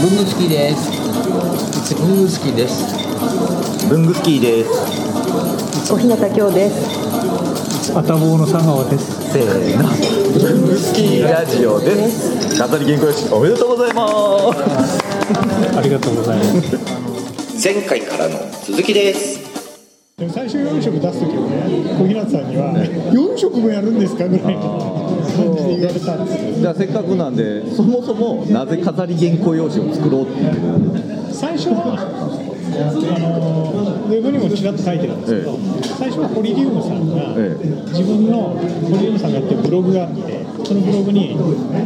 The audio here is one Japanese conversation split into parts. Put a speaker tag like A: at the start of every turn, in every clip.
A: 文具好きです文具好きです
B: 文具スキーです
C: お日向京です。
D: アタボーの佐川です。
B: せーの文具スキーラジオです飾り健康式おめでとうございます
D: ありがとうございます。
E: 前回からの続きです
F: でも最初4色出す時はね小日向さんには「4色もやるんですか?」ぐらいの感じで言われたんですけど
B: じゃあせっかくなんでそもそもなぜ飾り原稿用紙を作ろうっていう
F: 最初はあのウェブにもちらっと書いてるんですけど、最初はホリリウムさんが、
B: え
F: 自分のホリリウムさんがやってるブログがあってそのブログに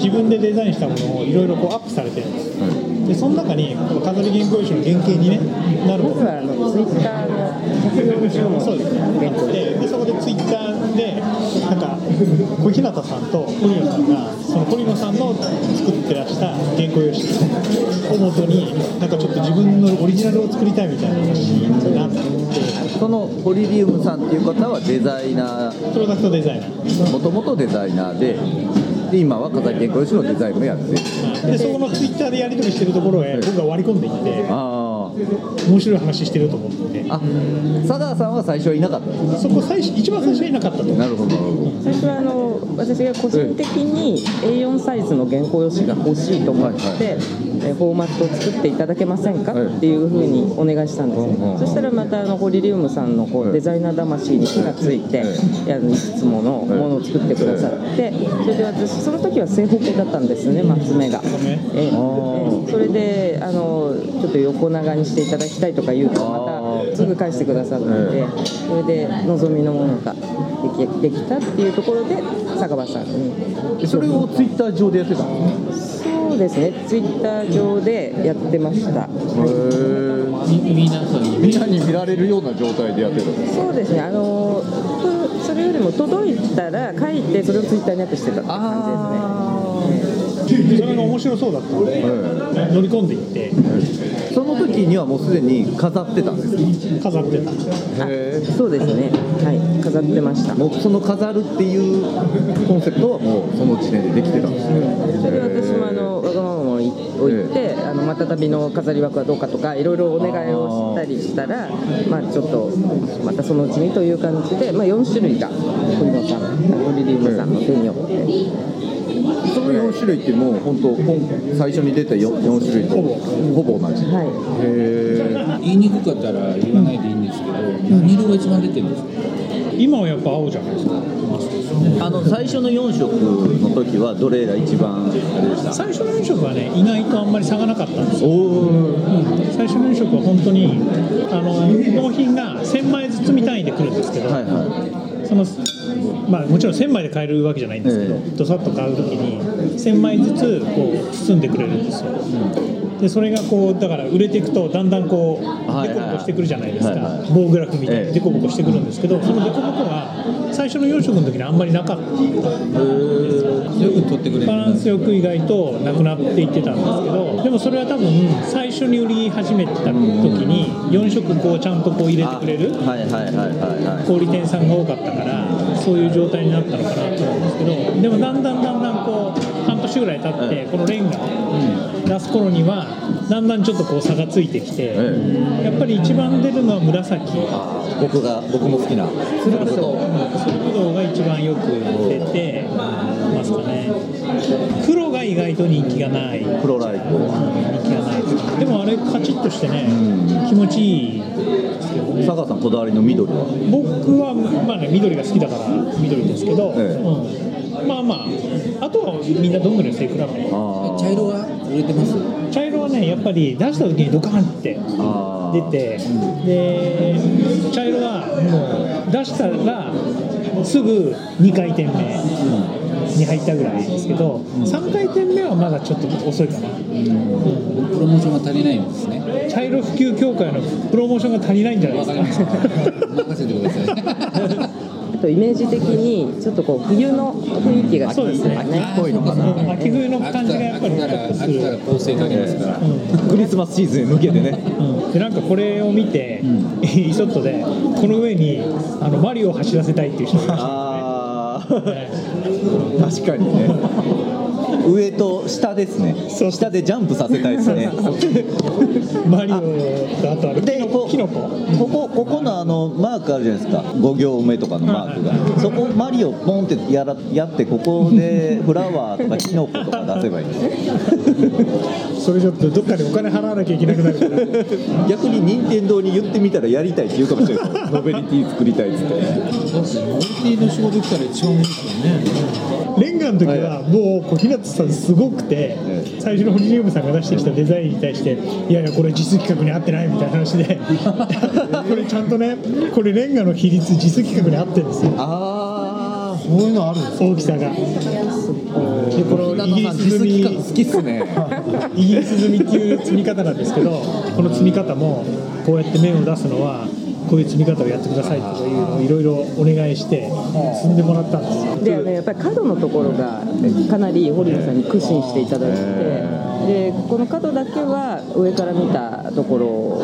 F: 自分でデザインしたものをいろいろこうアップされてるんですよ、でその中にこの飾り原稿用紙の原型に、ね、なるもの
C: あのツイッターの活動の
F: そうですね。で、でそこでツイッターで、なんか、小日向さんと堀野さんが、その堀野さんの作ってらした原稿用紙をもとに、なんかちょっと自分のオリジナルを作りたいみたいな話になって、
B: そのホリリウムさんっていう方はデザイナー
F: プロダクトデザイナー。
B: もともとデザイナーでで今は飾り原稿用紙のデザインもやってる
F: で、そこのツイッターでやり取りしてるところへ、僕が割り込んでいって、
B: あ
F: 面白い話してると思って
B: あ、あサダーさんは最初はいなかった
F: そこ最初、一番最初はいなかったと思う。
B: なるほどなるほど
G: 最初はあの私が個人的に A4 サイズの原稿用紙が欲しいと思って、
B: はい
G: えフォーマットを作っていただけませんか、
B: はい
G: っていうふうにお願いしたんですね、
B: うんうんうん
G: そしたらまたあのホリリウムさんのこう、
B: はい
G: デザイナー魂に火がついて、
B: はい
G: いやいくつものものを作ってくださって、それで私その時は正方形だったんですねマス目が、ええ
B: ー
G: ええそれであのちょっと横長にしていただきたいとか言うとまた
B: あー
G: すぐ返してくださって、
B: え
G: それで望みのものができできたっていうところで坂場さんに
B: でそれをツイッター上でやってたの
G: そうですねツイッター上でやってました
A: 皆さんに
B: みんなに見られるような状態でやってたの
G: そうですねあのとそれよりも届いたら書いてそれをツイッターにアップしてたって感じですね
F: でそれが面白そうだったので、乗り込んでいって、
B: その時にはもうすでに飾ってたんです
F: 飾ってた。
B: へ
G: ええそうですねはい飾ってました
B: もうその飾るっていうコンセプトはもうその時点でできてたんですね
G: それで私もあのわがままを言って、あのまた旅の飾り枠はどうかとかいろいろお願いをしたりしたらまあちょっとまたそのうちにという感じで、まあ、4種類が堀野さん堀リウムさんの手によって、
B: その4種類ってもう本当今最初に出た 4, 四種類とほぼ同じへ
G: はい
B: え
A: 言いにくかったら言わないでいいんですけど何色が一番出てるんですか
F: 今はやっぱ青じゃないですか。
B: あの最初の4色の時はどれが一番あれでした
F: 最初の4色はね、意外とあんまり差がなかったんですよ
B: おお
F: 最初の飲食は本当にあの納品が1000枚ずつみ単位で来るんですけど、
B: はいは
F: そのまあ、もちろん1000枚で買えるわけじゃないんですけど、
B: え
F: どさっと買う時に1000枚ずつこう包んでくれるんですよ、でそれがこうだから売れていくとだんだんこう
B: はいはいはい
F: デコボコしてくるじゃないです
B: は
F: か、
B: いはい
F: 棒グラフみたい
B: ええ
F: にデコボコしてくるんですけど、そのデコボコが最初の4色の時にあんまりなかった
A: よく取ってくれる
F: バランスよく意外となくなっていってたんですけどでもそれは多分最初に売り始めた時に4色こうちゃんとこう入れてくれる
B: あはいはいはいはいはい
F: 小売店さんが多かったからそういう状態になったのかなと思うんですけどでもだんだんだんだんこう半年ぐらい経ってこのレンガを出す頃にはだんだんちょっとこう差がついてきて
B: ええ
F: やっぱり一番出るのは紫
B: 僕が僕も好きな
F: それこそそれぶどうが一番よく出てますかね黒が意外と人気がない人
B: 黒ライト
F: 気がないでもあれカチッとしてね気持ちいいですけどね
B: 佐川さんこだわりの緑は
F: 僕はまあね緑が好きだから緑ですけど、
B: ええ
F: うんまあまああとはみんなどんぐりの背比べ
B: あ
A: 茶色は売れてます
F: 茶色はねやっぱり出した時にドカンって
B: あ
F: 出てで茶色はもう出したらすぐ2回転目に入ったぐらいですけど3回転目はまだちょっと遅いかな
A: プロモーションが足りないんですね
F: 茶色普及協会のプロモーションが足りないんじゃない
A: わ
F: で
A: か
F: す
A: りました
F: か
A: 任せてください
G: あとイメージ的にちょっとこう冬の雰囲気が
F: そうですね
B: っぽいのかな
F: うん秋冬の感じがやっぱり
A: 秋
F: ち
A: か
F: ょ
A: ら
F: っとす
A: 秋
F: る
A: から構成かけますから
B: クリスマスシーズンに向けてね
F: でなんかこれを見て、イソットでこの上にあのマリオを走らせたいっていう人がいまし
B: ああ確かにね
F: た
B: 上と下ですね
F: そう
B: 下でジャンプさせたいですね
F: マリオとあとあれ
B: でこ
F: キノコ
B: ここここのあのマークあるじゃないですか5行目とかのマークが、そこマリオポンってやらやってここでフラワーとかキノコとか出せばいいんですね
F: それちょっとどっかでお金払わなきゃいけなくなるから
B: 逆に任天堂に言ってみたらやりたいって言うかもしれない ですノベリティ作りたいっつっ
A: だっ
B: て
A: てノベリティの仕事来たら一番いいですよね
F: レンガの時はもう小日向さんすごくて
B: え
F: 最初のホリリウムさんが出してきたデザインに対していやいやこれ実数企画に合ってないみたいな話 でこれちゃんとねこれレンガの比率実数企画に合ってるんですよ
B: ああ
A: そういうのあるんです
F: 大きさがでこのイギリス組
B: 好きっすね
F: イギリス積みっていう積み方なんですけどこの積み方もこうやって面を出すのはこういう積み方をやってくださいとかいうのをいろいろお願いして積んでもらったんですよ
G: であのやっぱり角のところがかなり堀野さんに苦心していただいてでここの角だけは上から見たとこ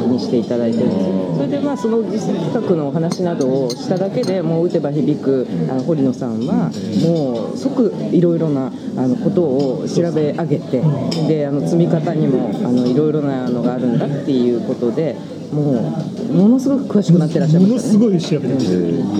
G: ろにしていただいてるんですよそれでまあその実際企画のお話などをしただけでもう打てば響くあの堀野さんはもう即いろいろなあのことを調べ上げてであの積み方にもいろいろなのがあるんだっていうことでもうものすごく詳しくなってらっしゃい
F: も
G: ま
F: の
G: した
F: す
G: ね。
F: ごい調べてました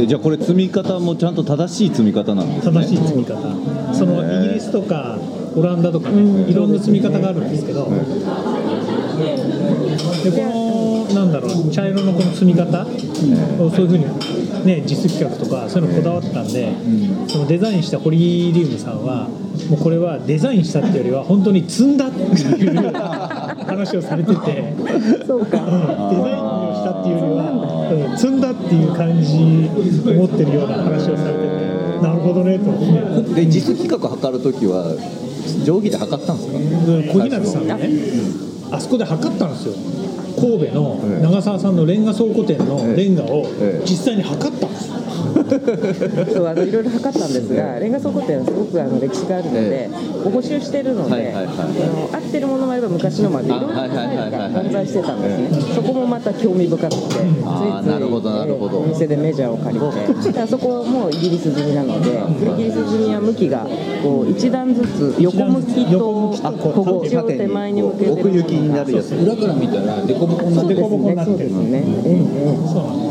B: えじゃあこれ積み方もちゃんと正しい積み方なんです
F: 正しい積み方そのイギリスとかオランダとかねいろんな積み方があるんですけどでこのなんだろう茶色のこの積み方をそういうふうにね実企画とかそういうのこだわったんでそのデザインしたホリリウムさんはもうこれはデザインしたっていうよりは本当に積んだっていう 話をされてて。
G: そうか
F: デザインをしたっていうよりは、うん積んだっていう感じを持ってるような話をされてて、なるほどねと思って、
B: で実企画測るときは定規で測ったんですか
F: うん小日向さんがね、あそこで測ったんですよ、神戸の長澤さんのレンガ倉庫店のレンガを
B: ええ
F: 実際に測ったんですよ、
G: そうあのいろいろ測ったんですが、レンガ倉庫店はすごくあの歴史があるので、ご補修してるので、
B: はいはいはい
G: あの合ってるものもあれば昔のもあって、い
B: あ
G: ろんなスタイル
B: はいはいは
G: が
B: いはい
G: 混在してたんですね、そこもまた興味深くて、ついつい
B: あーなるほどなるほど
G: えーお店でメジャーを借り て、であそこもイギリス積みなので、イギリス積みは向きがこう一段ずつ横向き
F: 一段ずつ横向
G: と
F: きと
G: あここを手前に向けてる
B: 奥行きになるやつ
A: 裏から見たらデコボコにな
G: そ
A: っ
G: う
A: て
G: で
A: る
G: すね、そうですね。ええええ
F: そうなんで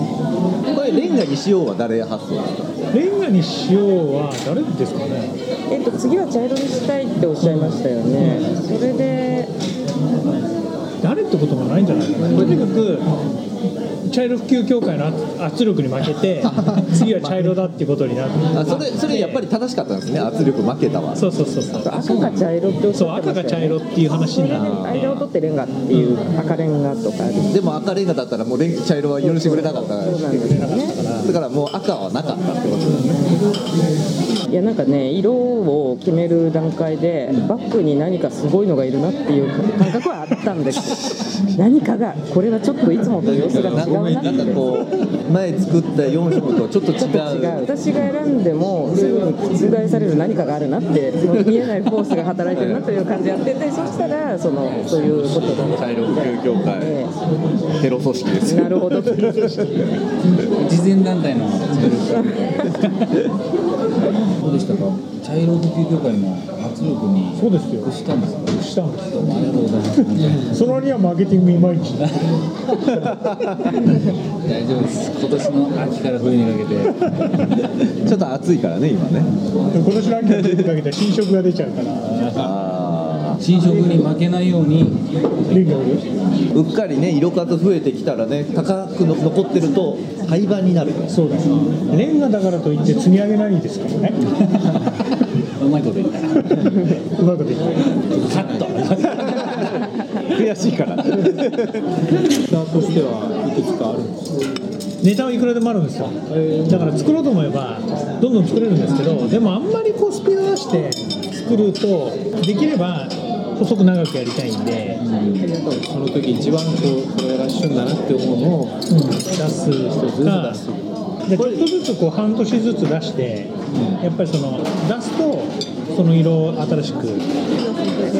B: これレンガにしようは誰発想ですか
F: すレンガにしようは誰ですかね、
G: えっと、次は茶色にしたいっておっしゃいましたよね、それで、
F: 誰ってこともないんじゃないかな。とにかく茶色普及協会の圧圧力に負け て次は茶色だっていうことになって
B: あそれそれやっぱり正しかったんですね圧力負けたわ
F: そうそうそうそう
G: 赤が茶色っておっし
F: そう
G: ゃって
F: 赤
G: ましたよ
F: が
G: ね
F: 茶色っていう話になる
G: 間を取ってレンガっていう赤レンガとかある
B: でも赤レンガだったらもうレン茶色は許してくれなかった
G: そうなんですよね
B: だからもう赤はなかったってことですね
G: いやなんかね色を決める段階でバッグに何かすごいのがいるなっていう感覚はあったんですよ何かがこれはちょっといつもと様子が
B: な
G: 違うなって
B: んかこう前作った4色とちょっと
G: ちょっと違う
B: 違う
G: 私が選んでもすぐに覆される何かがあるなってその見えないフォースが働いてるなという感じやっててそしたらそのそういうことで
B: 茶色普及協会
G: え
B: テロ組織です
G: えなるほど
A: 慈善団体の作るどうでしたか茶色普及協会の圧力に
F: そうですよ
A: 屈したんですか
F: したんです
A: どうもありがとうございます
F: その割にはマーケティングいまいち
A: 大丈夫です今年の秋から冬にかけて
B: ちょっと暑いからね今ね
F: 今年の秋のテレビかけたら新色が出ちゃうから
B: あ
A: 新色に負けないように
F: レンガより
B: ーうっかりね色数増えてきたらね高くの残ってると廃盤になる
F: そうですレンガだからといって積み上げないですから ね
A: うまいこと言った
F: うまくできない
A: カット
B: 悔しいから
A: スターとしてはいくつかあるんです
F: ネタはいくらでもあるんですよだから作ろうと思えばどんどん作れるんですけどでもあんまりこうスピード出して作るとできれば細く長くやりたいんで、
A: その時一番こうこれが旬だなって思うのを
F: 出すとか、でちょっとずつこう半年ずつ出して、やっぱりその出すと、その色を新しく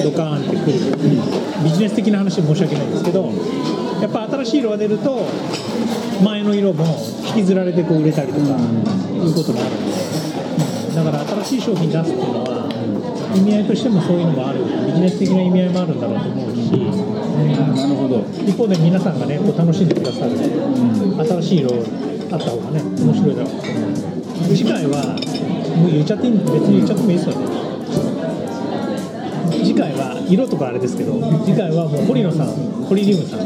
F: ドカーンってくる、ビジネス的な話で申し訳ないんですけど、やっぱ新しい色が出ると、前の色も引きずられてこう売れたりとかいうことになるんで、だから新しい商品出すっていうのは、意味合いとしてもそういうのもあるビジネス的な意味合いもあるんだろうと思うし
A: なるほど
F: 一方で皆さんがねこう楽しんでくださる、新しい色あった方がね面白いだろうと思う次回はもう言っちゃっていい別に言っちゃってもいいですよね、次回は色とかあれですけど次回はもう堀野さんホリリウムさん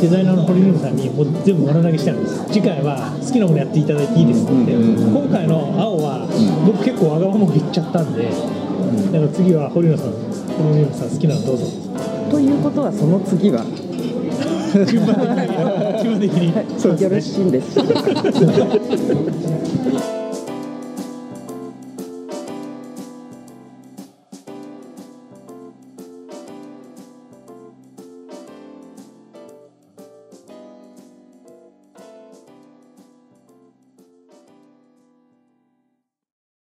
F: デザイナーのホリリウムさんにもう全部丸投げしてあるんです次回は好きなものやっていただいていいですって言って、今回の青は僕結構わがまま言っちゃったんで、だから次は堀野さんホリリウムさん好きなのどうぞ
G: ということはその次は
F: 順番的に順番的にそうです
G: よろ
F: ね
G: しいんです